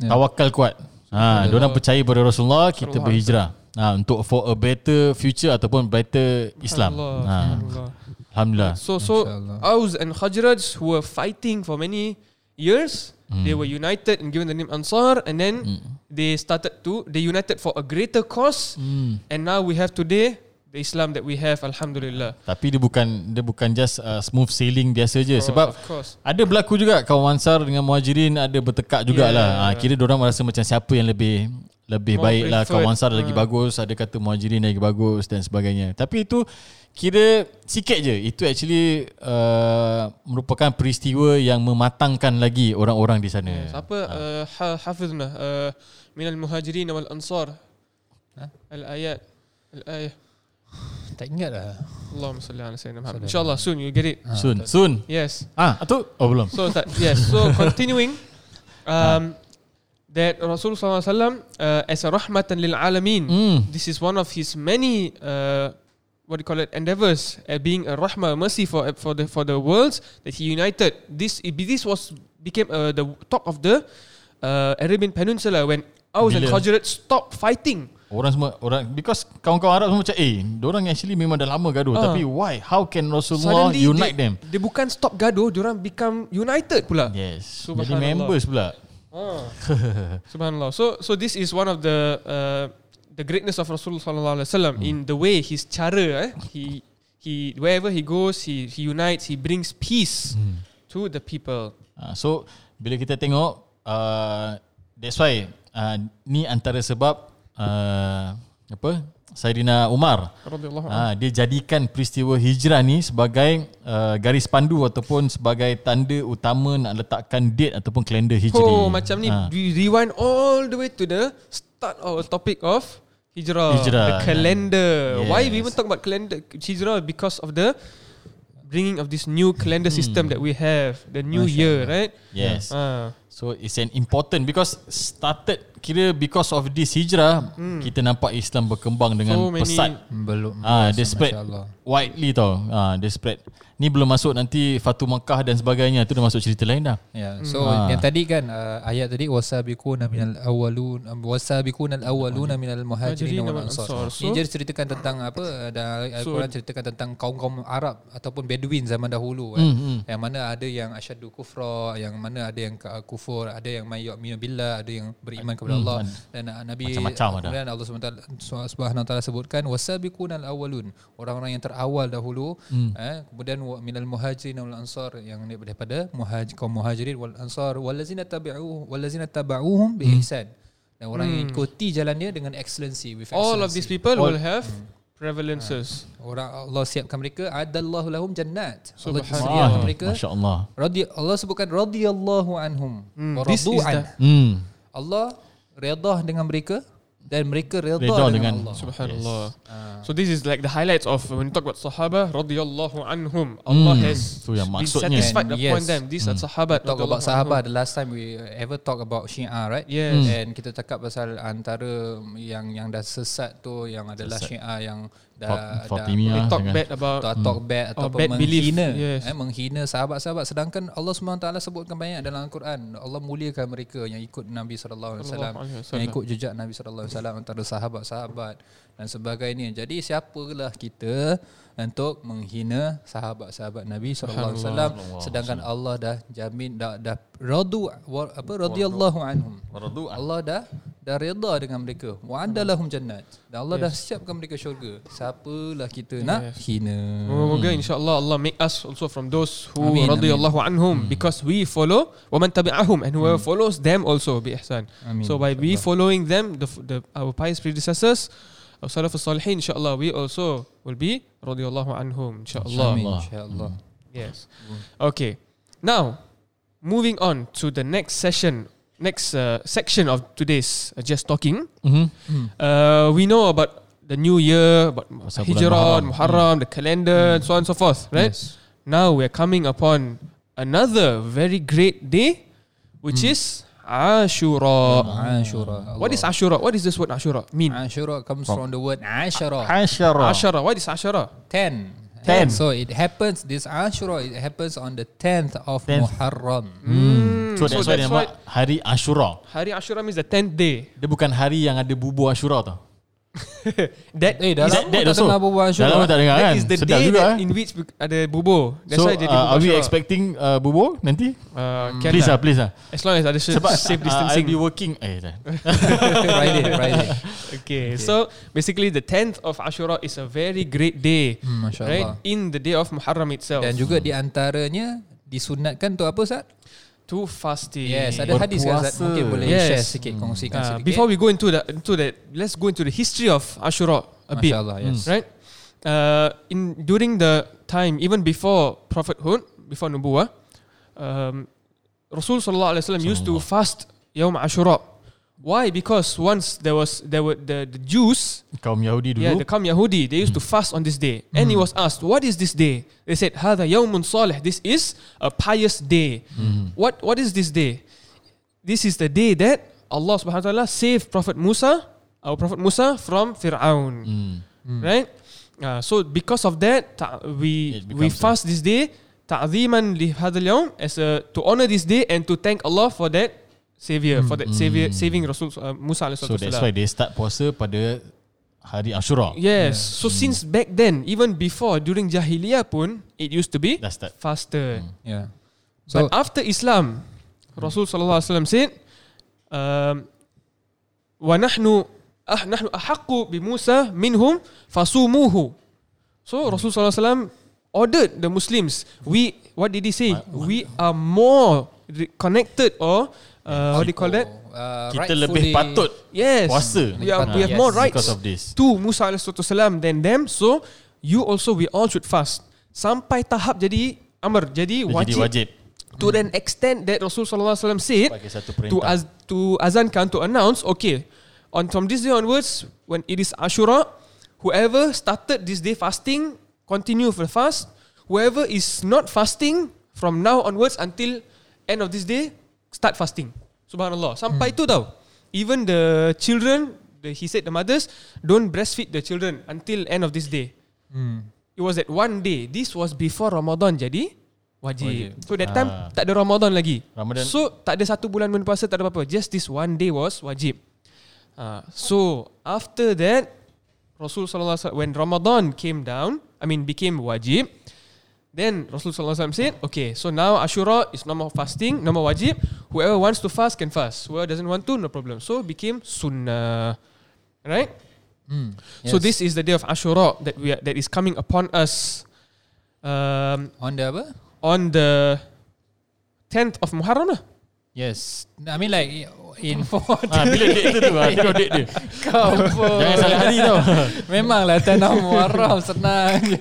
S1: Tawakal kuat. Ha, orang percaya pada Rasulullah, kita
S3: Rasulullah.
S1: berhijrah. Ha, untuk for a better future ataupun better Islam. Ah.
S3: Allah,
S1: Ha,
S3: Allah.
S1: Alhamdulillah.
S3: So so
S2: Inshallah.
S3: Aus and Khajraj who were fighting for many years,
S1: Mm.
S3: they were united and given the name Ansar, and then they started to they united for a greater cause,
S1: Hmm. Mm.
S3: and now we have today the Islam that we have. Alhamdulillah.
S1: Tapi dia bukan dia bukan just uh, smooth sailing biasa je
S3: Oh,
S1: sebab
S3: of course.
S1: ada berlaku juga kaum Ansar dengan Muhajirin ada bertekak jugalah. Yeah. Ha, kira orang merasa macam siapa yang lebih lebih
S3: More
S1: baik lah kaum
S3: preferred. Hmm.
S1: Ansar lagi bagus, ada kata Muhajirin lagi bagus dan sebagainya. Tapi itu kira sikit je. Itu actually uh, merupakan peristiwa yang mematangkan lagi orang-orang di sana.
S3: Apa
S1: ah.
S3: uh, ha- hafizna uh, min al muhajirin wal ansar al ayat al ayat.
S2: Tak ingat lah.
S3: Allahumma salli ala sayyidina Muhammad. Inshallah soon you get it.
S2: Ah.
S1: Soon, soon.
S3: Yes.
S1: Ah, tu oh belum.
S3: So that yes. So continuing, um, that Rasulullah SAW uh, as a rahmatan lil alamin.
S1: Hmm.
S3: This is one of his many uh, what do you call it endeavors at being a rahmah a mercy for for the for the worlds that he united. This it be- this was became uh, the top of the uh, Arabian Peninsula when Aus and
S1: Bila?
S3: Khazraj stopped fighting.
S1: Orang semua orang because kawan-kawan Arab semua macam eh, orang actually memang dah lama gaduh
S3: Ah.
S1: tapi why how can Rasulullah Suddenly unite
S3: they,
S1: them?
S3: Dia bukan stop gaduh, diorang become united pula.
S1: Yes. Jadi
S3: Subhanallah.
S1: members pula. Oh.
S3: Ah. Subhanallah. So so this is one of the uh, the greatness of Rasulullah sallallahu alaihi wasallam in
S1: Hmm.
S3: the way his cara eh he he wherever he goes he he unites he brings peace
S1: Hmm.
S3: to the people.
S1: Ah, so bila kita tengok uh, that's why uh, ni antara sebab uh, apa Saidina Umar
S3: Radhiyallahu anhu.
S1: Ah, dia jadikan peristiwa hijrah ni sebagai uh, garis pandu ataupun sebagai tanda utama nak letakkan date ataupun kalender hijri.
S3: Oh macam ni
S1: Ah,
S3: we rewind all the way to the start of the topic of hijrah,
S1: Hijrah.
S3: the calendar. Why we
S1: Yes.
S3: even talk about calendar hijrah because of the bringing of this new calendar
S1: Hmm.
S3: system that we have, the new year, right?
S1: Yes.
S3: Ah.
S1: So it's an important because started kira because of this hijrah kita nampak Islam berkembang dengan
S3: Hmm. So many-
S1: pesat.
S2: Belum.
S1: Ah,
S2: biasa,
S1: dia spread
S2: Masya Allah.
S1: widely tau. Ah, dia spread. Ni belum masuk nanti Fatu Makkah dan sebagainya. Itu dah masuk cerita lain dah.
S2: Ya, yeah. so
S1: Ah.
S2: yang tadi kan uh, ayat tadi wasabiquna minal awwalun um, wasabiquna al awwaluna minal muhajirin
S3: Muhajirin
S2: wal Ah,
S3: wal
S2: ansar.
S3: ansar.
S2: So, Ini jadi ceritakan tentang apa uh, dan
S3: So-
S2: Al-Quran ceritakan tentang kaum-kaum Arab ataupun Bedouin zaman dahulu
S1: Hmm,
S2: kan. Yang mana ada yang asyaddu kufra, yang mana ada yang ka- kufur, ada yang may yu'minu billah, ada yang beriman kepada Allah dan uh, Nabi
S1: Hmm, Macam-macam ada.
S2: kemudian Allah SWT Subhanahu Wa taala sebutkan wasabiqunal awwalun, orang-orang yang terawal dahulu
S3: Hmm.
S2: eh, kemudian wa minal muhajirin wal ansar yang ni daripada muhaj kaum muhajirin wal ansar wallazina tabi'u wallazina tabauhum bi ihsan. Dan orang yang ikuti jalan dia dengan excellency with
S3: Hmm. All
S2: excellency.
S3: of
S2: Ah.
S3: these people will have prevalences.
S2: Orang Allah siapkan mereka adallahu lahum jannat. Allah
S3: Subhanallah.
S1: Ah,
S2: sediakan mereka.
S1: Masya Allah.
S2: Radi Allah sebutkan radhiyallahu anhum
S3: Hmm,
S2: wa
S3: this
S2: radu
S3: is
S2: an.
S3: the-
S1: Hmm.
S2: Allah redha dengan mereka dan mereka redha
S1: Redha
S2: dengan,
S1: dengan-
S2: Allah.
S3: Subhanallah. So this is like the highlights of when you talk about Sahaba radhiyallahu anhum. Allah has
S1: Tu yang
S3: been
S1: maksudnya.
S3: satisfied
S2: And
S3: upon
S2: yes.
S3: them. These are Sahabat.
S2: talk
S3: radhiyallahu
S2: about sahabat the last time we ever talk about Syiah right
S3: Yes. Hmm.
S2: and kita cakap pasal antara yang yang dah sesat tu yang adalah Syiah yang dah
S1: Fat-
S2: dah
S3: anhum. They
S1: Fatimiyah.
S3: talk
S1: dengan-
S3: bad about
S2: atau talk bad ataupun
S3: bad belief,
S2: menghina
S3: yes.
S2: eh, menghina sahabat-sahabat sedangkan Allah SWT sebutkan banyak dalam Al-Quran Allah muliakan mereka yang ikut Nabi sallallahu alaihi wasallam
S3: Sallallahu alaihi wasallam.
S2: yang ikut jejak Nabi sallallahu alaihi wasallam antara sahabat-sahabat dan sebagainya jadi siapalah kita untuk menghina sahabat-sahabat Nabi sallallahu alaihi wasallam sedangkan Allah dah jamin dah dah radu wa- apa radhiyallahu anhum
S1: Radu an.
S2: Allah dah dah reda dengan mereka wa adalahum jannat dan Allah dah siapkan mereka syurga siapalah kita nak hina
S3: Moga-moga insyaAllah Allah make us also from those who
S2: Amin,
S3: radiyallahu anhum because we follow وَمَنْ تَبِعَهُمْ and whoever follows them also بإحسان.
S2: Amin,
S3: So by we following them, the, the our pious predecessors, our Salaf al-Salihin insyaAllah we also will be radiyallahu anhum insyaAllah.
S2: Amin, insyaAllah.
S3: Yes. Okay. Now, moving on to the next session, next uh, section of today's uh, just talking.
S1: Mhm.
S3: Uh, we know about the new year, about
S1: Pasal bulan
S3: Hijrah,
S1: Muharram. Hmm.
S3: Muharram, the calendar, and so on and so forth. Right. Now we are coming upon another very great day, which
S1: Hmm.
S3: is Ashura.
S2: Ashura.
S3: Hmm. What is Ashura? What is this word Ashura mean?
S2: Ashura comes from the word Ashura.
S1: Ashara.
S3: Ashura. What is Ashura?
S2: Ten.
S1: Ten.
S2: So it happens, this Ashura, it happens on the 10th of
S1: Tenth.
S2: Muharram. Mm.
S1: Hmm. So that's why
S3: So
S1: dia
S3: that's
S1: nama hari Ashura.
S3: Hari Ashura means the tenth day.
S1: Dia bukan hari yang ada bubur Ashura tau.
S3: That
S2: Eh, dah
S1: Is
S2: lama
S1: that- that
S2: tak
S1: also?
S2: dengar berbual Ashura.
S1: Dah lama tak dengar
S3: That
S1: kan?
S3: is the
S1: Sedap
S3: day
S1: juga
S3: that
S1: eh.
S3: in which bu- ada bubur. That's
S1: So
S3: why jadi
S1: uh,
S3: bubur
S1: are we
S3: syurah.
S1: expecting uh, bubur nanti?
S3: Uh, can
S1: Please
S3: lah.
S1: lah, please lah.
S3: As long as ada sh-
S1: Sebab
S3: safe
S1: uh, I'll
S3: distancing.
S1: be working. Eh, dah.
S2: Friday, Friday.
S3: okay. So basically the 10th of Ashura is a very great day.
S2: Hmm, Masya
S3: Right?
S2: Allah.
S3: In the day of Muharram itself.
S2: Dan juga di antaranya disunatkan tu apa Ustaz?
S3: to fasting.
S2: Yes, ada hadis kan Ustaz?
S1: Berpuasa.
S2: Mungkin boleh
S3: Yes.
S2: share sikit, kongsikan
S3: Uh,
S2: sikit.
S3: before we go into that, into that, let's go into the history of Ashura a bit.
S2: Masya Allah,
S1: Hmm.
S2: yes.
S3: Mm. Right? Uh, in during the time, even before prophethood, before Nubuwah, um, Rasul sallallahu alaihi wasallam used to fast Yom Ashura. Why? Because once there was there were the, the Jews,
S1: Kaum Yahudi
S3: yeah,
S1: dulu.
S3: the Kam Yahudi, they used to fast on this day. And he was asked, "What is this day?" They said, "Hada Yawmun Salih." This is a pious day.
S1: Hmm.
S3: What What is this day? This is the day that Allah Subhanahu wa Taala saved Prophet Musa, our Prophet Musa, from Fir'aun.
S1: Hmm.
S3: Right? Uh, so because of that, ta- we
S1: It
S3: we
S1: becomes a-
S3: fast this day, ta'ziman li hadal yawm, as a, to honor this day and to thank Allah for that savior for that savior saving Rasul uh, Musa alaihi
S1: Hmm. So
S3: salatu
S1: that's
S3: wasalam.
S1: why they start puasa pada hari Ashura.
S3: Yes. So since back then, even before during Jahiliyah pun, it used to be
S1: Dah start.
S3: faster.
S2: Yeah. So
S3: But after Islam, Rasul sallallahu alaihi wasallam said, um, "Wanahnu ah nahnu ahakku bi Musa minhum fasumuhu." So Rasul sallallahu alaihi wasallam ordered the Muslims. We what did he say? We are more re- connected or uh, what do you call that?
S2: uh,
S1: Kita lebih patut
S3: Yes.
S1: puasa.
S3: We, are, we have
S2: Yes.
S3: more rights
S1: because of this.
S3: to Musa alaihissalam than them. So you also we all should fast. Sampai tahap jadi amr, jadi
S1: Dia
S3: wajib.
S1: Jadi wajib
S3: To then extend that Rasul sallallahu alaihi wasallam said
S1: pakai satu
S3: to
S1: perintah.
S3: az, to azankan to announce okay on from this day onwards when it is Ashura whoever started this day fasting continue for the fast whoever is not fasting from now onwards until end of this day start fasting subhanallah sampai
S1: Hmm.
S3: itu tau even the children the, he said the mothers don't breastfeed the children until end of this day
S2: Hmm.
S3: it was that one day this was before Ramadan jadi wajib, so that time
S1: Ah.
S3: tak ada Ramadan lagi
S1: Ramadan-
S3: so tak ada satu bulan berpuasa tak ada apa-apa. Just this one day was wajib. Uh, so after that Rasul sallallahu alaihi wasallam when Ramadan came down, I mean became wajib, then Rasul sallallahu alaihi wasallam said, okay, so now Ashura is no more fasting, no more wajib. Whoever wants to fast can fast. Whoever doesn't want to, no problem. So became sunnah. Right? So this is the day of Ashura that we are, that is coming upon us. Um,
S2: on the apa?
S3: on the 10th of Muharram lah.
S2: Yes. I mean like in for
S1: Ah, bila date tu tu ah, tengok date dia.
S2: kau pun.
S1: Jangan salah hari tau.
S2: Memanglah tanah Muharram senang je.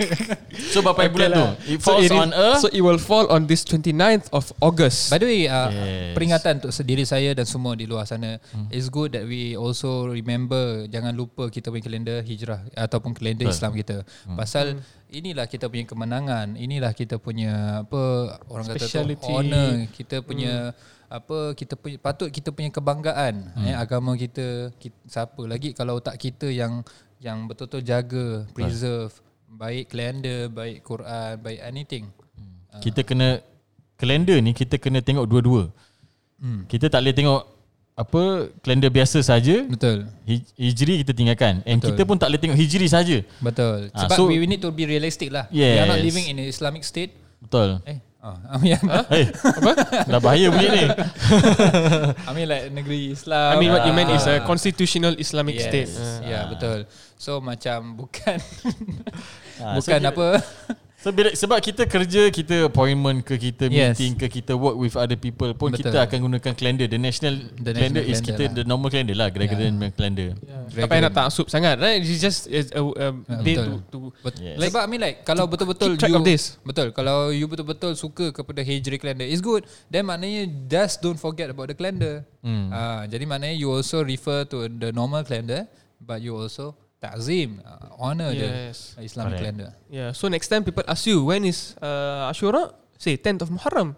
S1: So berapa bulan tu? lah. It falls
S3: is-
S1: on a
S3: so it will fall on this 29th of August.
S2: By the way,
S1: Yes.
S2: uh, yes. peringatan untuk diri saya dan semua di luar sana. Hmm. It's good that we also remember jangan lupa kita punya kalender hijrah ataupun kalender Islam kita. Hmm. Pasal inilah kita punya kemenangan, inilah kita punya apa orang kata
S3: Speciality.
S2: tu honor, kita punya apa kita punya patut kita punya kebanggaan hmm. eh agama kita, kita siapa lagi kalau tak kita yang yang betul-betul jaga, preserve baik kalender, baik Quran, baik anything.
S1: kita kena kalender ni kita kena tengok dua-dua. Kita tak boleh tengok apa kalender biasa saja.
S2: Betul.
S1: Hij- Hijri kita tinggalkan And kita pun tak boleh tengok hijri saja
S2: Betul.
S1: Ah,
S2: Sebab
S1: so-
S2: we we need to be realistic lah. We are not
S1: Yes.
S2: living in an Islamic state.
S1: Betul
S2: Eh, oh, I mean,
S1: Eh, apa? Dah bahaya bunyi ni
S2: I mean like negeri Islam.
S3: I mean, what you meant is
S1: uh,
S3: a
S2: Ah,
S3: constitutional Islamic
S2: yes.
S3: state.
S2: Ya, yeah, betul. So macam bukan
S1: Ah, so
S2: bukan
S1: kita-
S2: apa.
S1: so, bila, Sebab kita kerja Kita appointment ke Kita
S2: Yes.
S1: meeting ke Kita work with other people pun
S2: Betul.
S1: Kita akan gunakan calendar The national,
S2: The national
S1: calendar is
S2: calendar
S1: kita
S2: lah.
S1: The normal calendar lah Gara-gara yeah. calendar
S3: Tak payah nak taksub sangat, right? It's just it's a, um,
S2: Ah,
S3: day to,
S2: betul.
S3: to
S2: Bet-
S1: Yes.
S2: Sebab I mean like kalau betul-betul
S3: keep track
S2: you
S3: of this.
S2: betul kalau you betul-betul suka kepada Hijri calendar is good then maknanya just don't forget about the calendar. Hmm. Ah jadi maknanya you also refer to the normal calendar but you also takzim ah, honor
S3: Yes.
S2: the Islamic
S1: Correct.
S2: calendar.
S3: yeah. So next time people ask you when is uh, Ashura, say 10th of Muharram.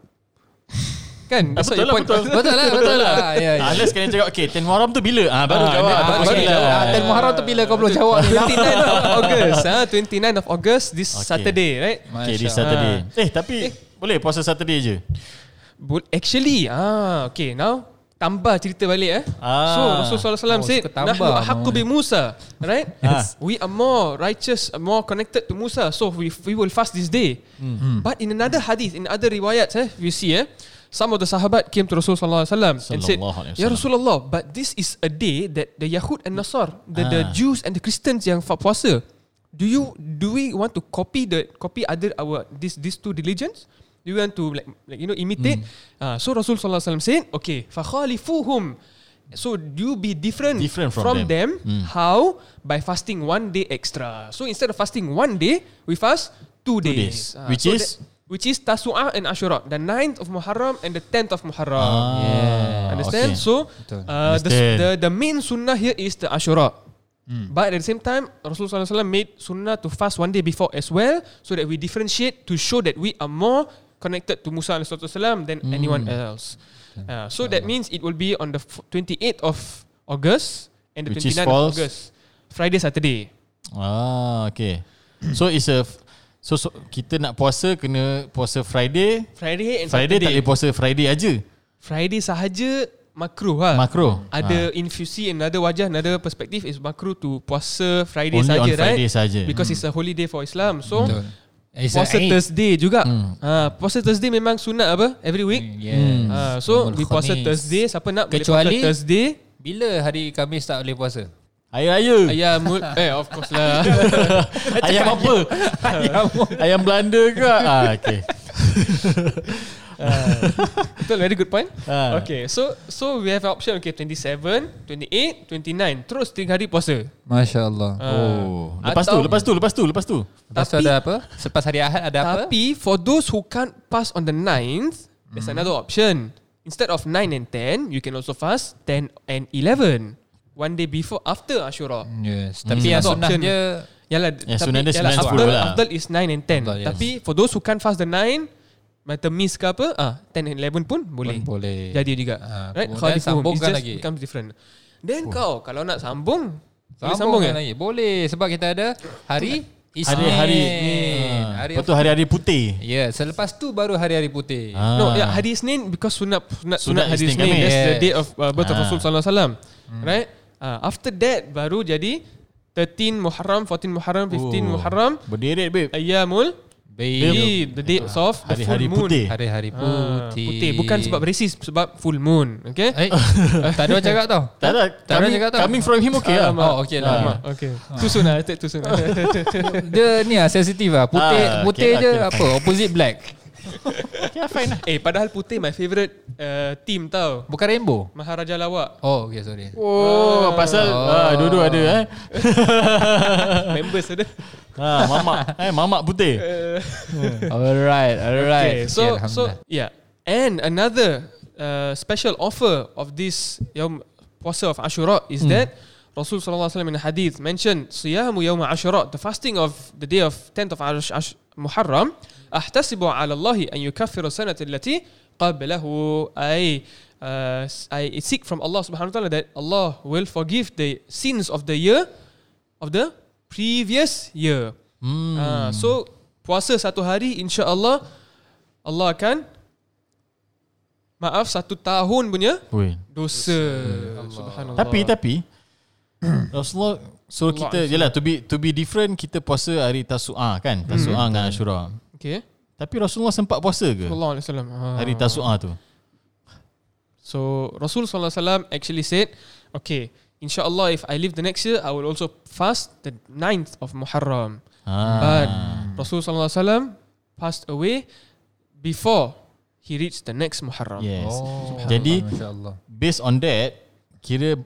S3: kan?
S1: Ah,
S3: That's
S1: betul
S3: what you
S1: lah,
S3: point-
S1: betul.
S2: Betul lah, betul lah. Ya, ya.
S1: Ah, Unless kena cakap Okay 10 Muharram tu bila ah, Baru
S3: Ah,
S1: jawab
S3: dia-
S1: baru
S3: baru
S1: sikit
S3: jawab.
S1: lah.
S2: Ah, Tan Muharram tu bila kau belum jawab ni?
S3: 29th of August, ah, 29th of August this
S1: Okay.
S3: Saturday, right?
S1: Okay this
S2: Masya
S1: Saturday Eh tapi Boleh puasa Saturday je
S3: Bul- Actually, ah, okay, now tambah cerita balik eh.
S1: Ah.
S3: So
S2: Oh,
S3: Rasulullah SAW said,
S2: suka tambah.
S3: "Nahnu ahqqu bi Musa," right?
S1: Yes.
S3: We are more righteous, more connected to Musa, so we we will fast this day.
S1: Hmm.
S3: Hmm. But in another hadith, in other riwayats, eh, we see eh, some of the sahabat came to Rasulullah SAW
S1: Sallallahu
S3: and said,
S1: alaihi
S3: "Ya
S1: wasallam."
S3: Rasulullah, but this is a day that the Yahud and Nasar, the, the
S1: Ah.
S3: Jews and the Christians yang fa- puasa. Do you do we want to copy the copy other our this these two religions? Do you want to like, like you know imitate?
S1: Hmm.
S3: Ah, so Rasul sallallahu alaihi wasallam said, okay, fakhalifuhum. So you be different,
S1: Different from them. Hmm.
S3: them. How by fasting one day extra. So instead of fasting one day, we fast two,
S1: days.
S3: days, Ah,
S1: Which is?
S3: that- which is Tasu'a and Ashura, the 9th of Muharram and the 10th of Muharram.
S1: Ah, Yeah.
S3: Understand?
S1: okay.
S3: So
S2: Betul.
S3: uh, the,
S1: Understand. Hmm.
S3: the the main sunnah here is the Ashura. But at the same time, Rasulullah SAW made sunnah to fast one day before as well, so that we differentiate to show that we are more connected to Musa SAW than
S1: Hmm.
S3: anyone else. Uh, so that means it will be on the f- 28th of August and the
S1: Which is
S3: 29th
S1: falls-
S3: of August, Friday Saturday.
S1: Ah, okay. So it's a so, so kita nak puasa kena puasa Friday.
S3: Friday and
S1: Friday tak
S3: Saturday.
S1: boleh puasa Friday aja.
S3: Friday sahaja makruh lah.
S1: Makro. Ah,
S3: Ada infusi another wajah another perspective is makruh to puasa Friday
S1: Only
S3: saja
S1: on
S3: right?
S1: Friday saja.
S3: Because it's a holiday for Islam. So
S2: Betul. It's a
S3: puasa
S2: Eid. Hmm.
S3: Thursday juga. Ah puasa Thursday memang sunat apa every week.
S2: Yes.
S3: Ah so
S2: Yaumul
S3: we puasa
S2: Hmm. Khamis.
S3: Thursday siapa nak boleh puasa
S2: Kecuali-
S3: Thursday.
S2: Bila hari Khamis tak boleh puasa?
S1: Hari Raya.
S3: Ayam mul- eh of course lah.
S1: Ayam apa?
S2: Ayam.
S1: Ayam Belanda ke? Ah, okay.
S3: Betul very good point.
S1: Ah.
S3: Okay so so we have option okay 27, 28, 29 terus 3 hari puasa.
S2: Masya Allah.
S1: Oh. Lepas tu,
S3: Atau-
S1: lepas tu, lepas tu, lepas tu.
S2: Lepas tu
S3: Tapi-
S2: ada apa? Selepas hari Ahad ada apa?
S3: Tapi for those who can't pass on the 9th, there's
S2: Hmm.
S3: another option. Instead of 9 and 10, you can also fast 10 and 11. One day before, after Ashura.
S2: Yes. Tapi yang
S3: Satu
S2: sunnah
S3: option.
S2: dia
S3: Yalah,
S1: Ya, sunat dia
S3: yalah,
S1: 9,
S3: after,
S1: 10 lah.
S3: after is 9 and 10.
S2: Betul, yes.
S3: Tapi for those who can't fast the 9, macam miss ke apa, ah, 10 and 11 pun boleh.
S2: boleh.
S3: Jadi juga.
S2: Ah,
S3: right?
S2: kemudian
S3: Khalifum. It's
S2: sambungkan
S3: just
S2: lagi.
S3: becomes different. Then kau, kalau nak sambung, boleh
S2: sambung,
S3: sambung
S2: kan
S3: ya?
S2: lagi. Boleh sebab kita ada hari Isnin.
S1: Hari-hari.
S2: Ah.
S1: Ah.
S2: Hari
S1: Lepas tu hari-hari putih.
S2: Ya, selepas tu baru hari-hari putih.
S1: Ah.
S3: No, ya, yeah, hari Isnin because sunat sunat, sunat
S1: Sunat
S3: hari
S1: Isnin
S3: Isnin.
S1: kami.
S3: That's the
S2: Yes.
S3: day of uh, birth
S1: Ah.
S3: of Rasul sallallahu alaihi wasallam. Right? Uh, after that baru jadi 13 Muharram, 14 Muharram, 15
S1: Oh.
S3: Muharram,
S1: Berderet, babe.
S3: Ayyamul
S2: Baik.
S3: Eid, the dates of the
S1: Hari-hari
S3: full moon.
S1: putih.
S2: Hari-hari
S3: Ah,
S2: putih.
S3: putih. Bukan sebab racist, sebab full moon. Okay?
S2: Eh, tak ada orang cakap tau.
S1: Tak ada.
S2: Tak ada
S1: coming,
S2: cakap tau.
S1: coming from him, okay lah.
S2: Oh, okay lah.
S3: Alamak, Okay. Too soon lah. I take too soon lah.
S2: Dia ni lah sensitif lah. Putih,
S1: Ah,
S2: putih
S1: okay lah,
S2: je
S1: okay lah,
S2: apa? Opposite black.
S1: Yeah, fine lah.
S3: eh, padahal putih my favourite uh, team tau.
S2: Bukan rainbow.
S3: Maharaja Lawak.
S2: Oh, okay, sorry.
S1: Oh, pasal ah, dua-dua ada eh.
S3: Members ada.
S1: Ha, mamak. Eh, mamak putih.
S2: alright, alright.
S3: Okay, so so yeah, and another uh, special offer of this Yom Puasa of Ashura is that Rasul sallallahu alaihi wasallam in a hadith mentioned siyamu yawm Ashura, the fasting of the day of 10th of Ash, Ash, Muharram, ahtasibu ala Allah an yukaffiru sanata allati qablahu ay uh, I seek from Allah subhanahu wa ta'ala that Allah will forgive the sins of the year of the previous year.
S1: Hmm.
S3: Ah, so puasa satu hari insya-Allah Allah akan maaf satu tahun punya
S1: Ui.
S3: dosa. Subhanallah.
S1: Tapi tapi Rasulullah suruh kita jelah to be to be different kita puasa hari Tasu'a kan? Tasu'a dengan Ashura.
S3: okay.
S1: Tapi Rasulullah sempat puasa ke
S3: Sallallahu alaihi wasallam. Ah.
S1: hari Tasu'a tu?
S3: So Rasul sallallahu alaihi wasallam actually said, okay, insya-Allah if I live the next year I will also fast the 9th of Muharram.
S1: Ha. Ah.
S3: But Rasul sallallahu alaihi wasallam passed away before he reached the next Muharram.
S1: yes.
S2: Oh, Hmm.
S1: Jadi-
S2: masya-Allah.
S1: Based on that, kira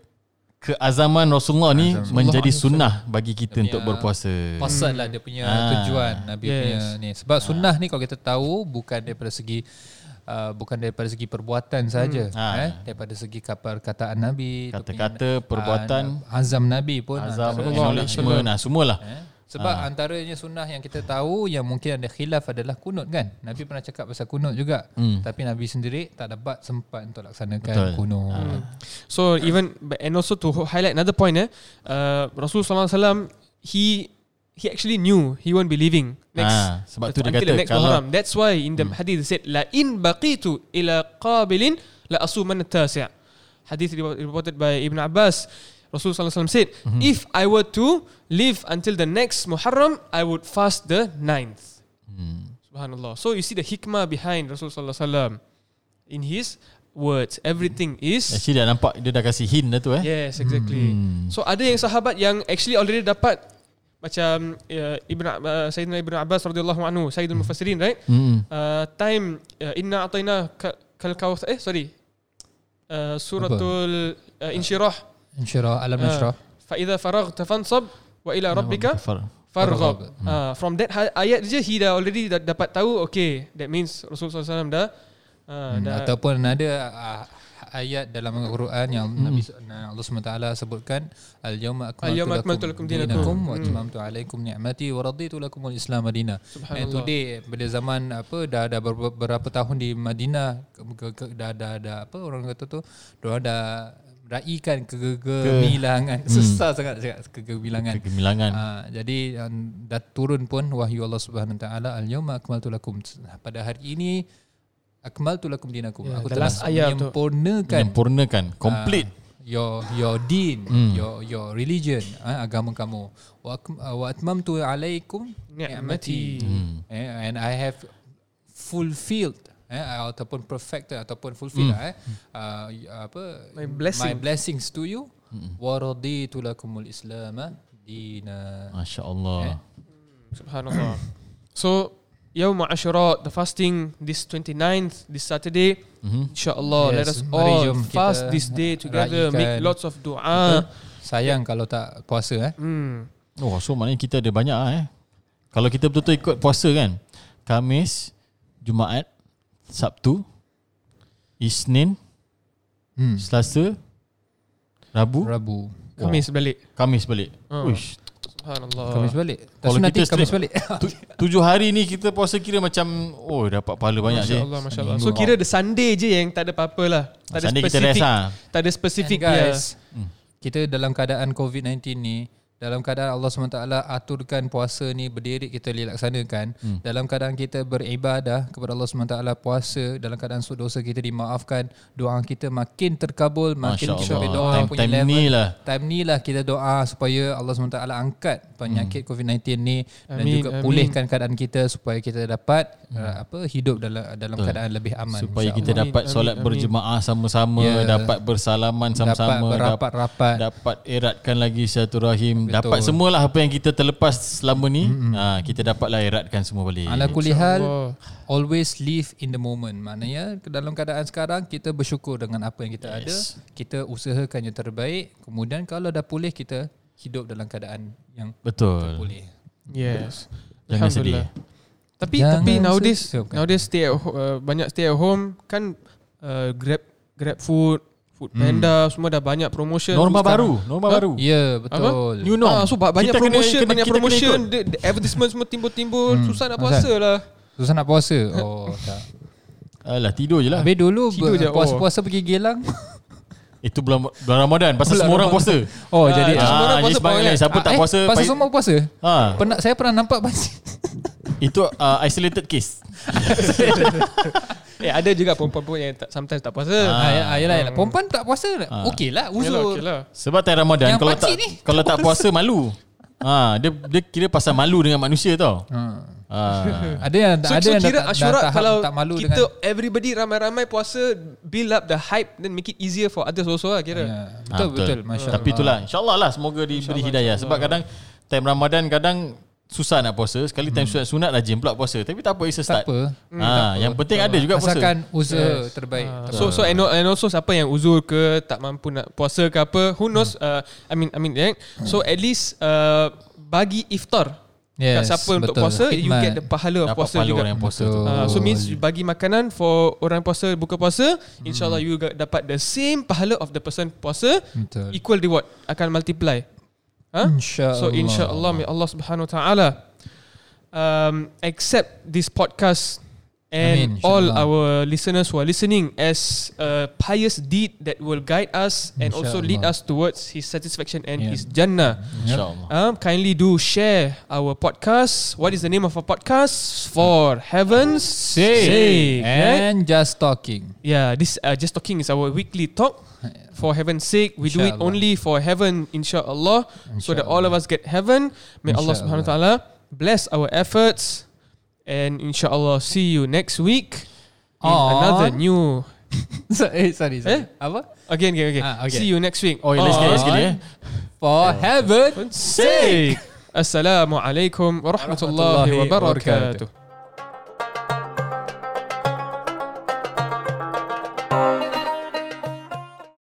S1: keazaman Rasulullah ni
S2: Azaman.
S1: menjadi sunnah bagi kita untuk
S2: Ya.
S1: berpuasa.
S2: Pasal lah dia punya
S1: Ah.
S2: tujuan Nabi
S3: Yes.
S2: punya ni. Sebab sunnah ni kalau kita tahu bukan daripada segi uh, bukan daripada segi perbuatan saja
S1: Ah.
S2: eh daripada segi kapar kataan Nabi dia
S1: Kata-kata,
S2: punya,
S1: perbuatan,
S2: ah, azam Nabi pun
S1: Azam, Ah.
S2: antara-
S1: acknowledgement, ah, semualah.
S2: Eh? Sebab ha. antaranya sunnah yang kita tahu yang mungkin ada khilaf adalah kunut kan. Nabi pernah cakap pasal kunut juga. Hmm. Tapi Nabi sendiri tak dapat sempat untuk
S1: Betul. Ah.
S2: laksanakan kunut. Ha.
S3: So even but- and also to highlight another point, eh, uh, Rasul Sallallahu Alaihi Wasallam he he actually knew he won't be leaving next.
S1: Ah, sebab tu dia
S3: until
S1: kata
S3: the next
S1: kalau- Hmm.
S3: Muharram. That's why in the hadith it said la in baqitu ila qabilin la asuman tasi'. Hadith re- reported by Ibn Abbas. Rasul Sallallahu Alaihi Wasallam said,
S1: Hmm.
S3: if I were to live until the next Muharram, I would fast the ninth.
S1: Hmm.
S3: Subhanallah. So you see the hikmah behind Rasul Sallallahu Alaihi Wasallam in his words. Everything is
S1: Actually dah nampak dia dah kasih hint dah tu eh.
S3: Yes, exactly. So ada yang sahabat yang actually already dapat macam uh, Ibn uh, Sayyidina Ibn Abbas radhiyallahu anhu, Sayyidul Mufassirin, right?
S1: Hmm.
S3: Uh, time uh, inna ataina kal kautsar eh sorry. Uh, suratul uh, Insyirah.
S2: Insyirah
S1: Ah.
S2: alam
S3: Uh,
S2: insyirah.
S3: fa idza faraghta fansab wa
S1: Hmm.
S3: ila rabbika farghab. Uh, from that ha- ayat je he dah already dah dapat tahu okay, that means Rasulullah SAW dah uh,
S2: Hmm,
S3: dah
S2: Ataupun ada ah, ayat dalam Al-Quran yang Nabi Allah SWT sebutkan al-yawma
S3: Al-yawma
S2: akmaltu
S3: akmaltu lakum
S2: lakum
S3: dinakum.
S2: dinakum Hmm. wa atmamtu alaikum ni'mati wa raditu lakum al-Islam madina. And today pada zaman apa dah dah ber- berapa tahun di Madinah ke- ke- ke- dah dah dah apa orang kata tu dia dah raikan kegemilangan susah sangat cakap
S3: Kan?
S2: kegemilangan
S1: Kegemilangan.
S2: Ah, jadi um, dah turun pun wahyu Allah Subhanahu Wa Taala al-yawma akmaltu lakum pada hari ini akmaltu lakum dinakum.
S3: Yeah,
S2: aku
S3: Ya, the
S2: telah
S3: last ayat tu. kan? Hmm.
S2: menyempurnakan
S3: Ah.
S1: Menyempurnakan Complete
S3: Eh.
S2: uh, your your din, mm. your your religion, uh, agama kamu. Wa ak- uh, wa atmamtu alaikum ni'mati.
S3: Ni'mati.
S2: Eh, and I have fulfilled eh ataupun perfected ataupun fulfilled eh uh, y- apa
S3: Hmm. My blessing. Hmm.
S2: my blessings to you wa raditu lakumul islam dina
S1: Masya Allah
S2: Eh.
S3: Subhanallah. so, Yawm Ashura, the fasting this 29th, this Saturday,
S1: Mhm.
S3: insyaAllah, let
S2: Yes,
S3: us
S2: mari
S3: all
S2: jom kita
S3: fast this day together, make
S2: raikan.
S3: lots of dua.
S2: sayang kalau tak puasa eh
S3: Hmm.
S1: Oh so maknanya kita ada banyak lah eh Kalau kita betul-betul ikut puasa kan Kamis Jumaat Sabtu Isnin
S2: Hmm.
S1: Selasa Rabu
S2: Rabu
S3: Khamis balik.
S1: Kamis balik
S3: Ah.
S1: Uish
S3: Subhanallah.
S2: Khamis balik Tak
S1: Ah. Kalau
S2: sunat
S1: kita
S2: Khamis
S1: straight-
S2: balik
S1: Tu, tujuh hari ni kita puasa kira macam Oh dapat pahala banyak je
S3: Masya Allah, Masya Allah. So kira the Sunday je yang tak ada apa-apa lah. Tak ada
S1: Sunday kita
S3: specific.
S1: rest lah.
S3: Tak ada specific
S2: And guys hmm. Kita dalam keadaan COVID-19 ni dalam keadaan Allah SWT aturkan puasa ni berdiri kita dilaksanakan hmm. dalam keadaan kita beribadah kepada Allah SWT puasa dalam keadaan so- dosa kita dimaafkan doa kita makin terkabul
S1: Masya
S2: makin kita
S1: Allah.
S2: boleh doa
S1: Time-
S2: punya
S1: time
S2: level
S1: ni lah.
S2: time ni lah kita doa supaya Allah SWT angkat
S1: Hmm.
S2: penyakit COVID-19 ni dan
S3: Amin,
S2: juga
S3: amin.
S2: pulihkan keadaan kita supaya kita dapat uh, apa hidup dalam dalam keadaan lebih aman
S1: Hmm. Supaya kita
S3: Amin,
S1: dapat
S3: amin,
S1: solat
S3: amin.
S1: berjemaah sama-sama
S2: Ya.
S1: Dapat bersalaman
S2: dapat
S1: sama-sama dapat-
S2: berapat-rapat
S1: dapat eratkan lagi silaturahim
S2: Betul.
S1: dapat semualah apa yang kita terlepas selama ni mm-hmm. ha, kita dapatlah eratkan semua balik
S2: Ala kulli hal
S3: InsyaAllah.
S2: always live in the moment. Maknanya ke- dalam keadaan sekarang kita bersyukur dengan apa yang kita yes. ada, kita usahakan yang terbaik. Kemudian kalau dah pulih kita hidup dalam keadaan yang
S1: betul
S2: pulih.
S3: Yes.
S1: Jangan
S3: Alhamdulillah. Tapi
S2: Jangan
S3: tapi nowadays
S2: sedih. Bukan.
S3: nowadays stay at ho- uh, banyak stay at home kan uh, Grab Grab food, food panda semua dah banyak promotion.
S1: norma
S3: Sekarang.
S1: baru norma
S3: Ha?
S1: baru
S2: Ya, yeah, betul.
S1: New norm
S3: Ah, so ba- banyak
S1: Kita kena-
S3: promotion,
S1: kena-
S3: banyak
S1: kita kena
S3: promotion,
S1: ikut.
S3: the, the advertisement semua timbul-timbul, susah nak
S2: Azhar.
S3: puasa lah.
S2: Susah nak puasa. Oh, tak.
S1: alah tidur je lah
S2: Habis dulu
S3: Tidur je,
S2: ber-
S3: oh.
S2: puasa-puasa pergi Gelang.
S1: itu bulan, bulan Ramadan pasal
S2: Bulan
S1: semua orang puasa
S2: Ramadan. Oh,
S3: Ah,
S2: jadi
S3: tak semua
S1: ah,
S3: orang puasa
S1: jadi sebanyak
S3: pun,
S1: lain.
S3: kan?
S1: siapa tak
S2: eh,
S1: puasa
S2: Pasal
S1: pahit-
S2: semua puasa.
S1: ha,
S2: Pernah saya pernah nampak pasal
S1: itu ah, isolated case
S3: Eh ada juga perempuan-perempuan yang tak, sometimes tak puasa.
S2: Ah, ah, yalah, yalah. Perempuan tak puasa. Okey lah,
S3: Ah. Yalah,
S2: uzur.
S3: okay lah.
S1: sebab time Ramadan
S2: Yang
S1: kalau
S2: pakcik
S1: tak
S2: ni.
S1: kalau tak puasa malu ha, dia dia kira pasal malu dengan manusia tau
S2: Ah.
S1: ha.
S2: Ada yang
S3: So,
S2: ada
S3: so
S2: yang
S3: kira
S2: dah, tak-
S3: Ashura
S2: dah tahap
S3: kalau
S2: tak malu
S3: kita
S2: dengan
S3: everybody ramai-ramai puasa build up the hype then make it easier for others also lah kira.
S2: Ya, betul,
S1: Ah,
S2: betul masya
S1: Tapi itulah insyaallah lah semoga diberi hidayah sebab kadang time Ramadan kadang susah nak puasa sekali time sunat-sunat rajin pula puasa tapi tak apa it's a
S2: Hmm. tak
S1: start.
S2: apa.
S1: Ha, yang penting ada juga puasa.
S2: Asalkan usaha terbaik.
S3: So so and, al- and also siapa yang uzur ke tak mampu nak puasa ke apa
S2: Hmm.
S3: who knows uh, I mean I mean yeah. so at least uh, bagi iftar
S2: Yes,
S3: kat siapa untuk
S2: betul.
S3: puasa you
S2: Khidmat.
S3: get the pahala of
S1: Dapat
S3: puasa
S1: pahala
S3: juga
S1: orang yang puasa tu.
S2: Betul.
S3: Uh, so means you bagi makanan for orang puasa buka puasa insyaallah
S2: Hmm.
S3: you ga- dapat the same pahala of the person puasa
S2: Betul.
S3: equal reward akan multiply huh?
S2: Insya-Allah.
S3: so insyaallah may Allah subhanahu wa ta'ala um, accept this podcast and
S2: Amin,
S3: all
S2: insyaAllah.
S3: our listeners who are listening as a pious deed that will guide us and also lead
S2: InsyaAllah.
S3: us towards his satisfaction and
S2: Yeah.
S3: his jannah
S1: Insyaallah.
S3: um, kindly do share our podcast what is the name of our podcast for heaven's
S1: Eh?
S3: sake, yeah?
S2: and just talking.
S3: Yeah, this uh, just talking is our weekly talk. For heaven's sake, we do it
S2: Insha'Allah.
S3: only for heaven, inshallah, so that all of us get heaven. May Allah subhanahu wa ta'ala bless our efforts. And inshallah, see you next week in
S2: On-
S3: another new.
S2: so, eh, sorry, sorry.
S3: Eh?
S2: Apa?
S3: Again, again, again.
S2: Ah, okay.
S3: See you next week.
S1: Oh, let's get let's get eh.
S2: For heaven
S3: Sake. Assalamu alaikum wa rahmatullahi wa
S2: Warahmatullahi wabarakatuh.
S3: barakatuh.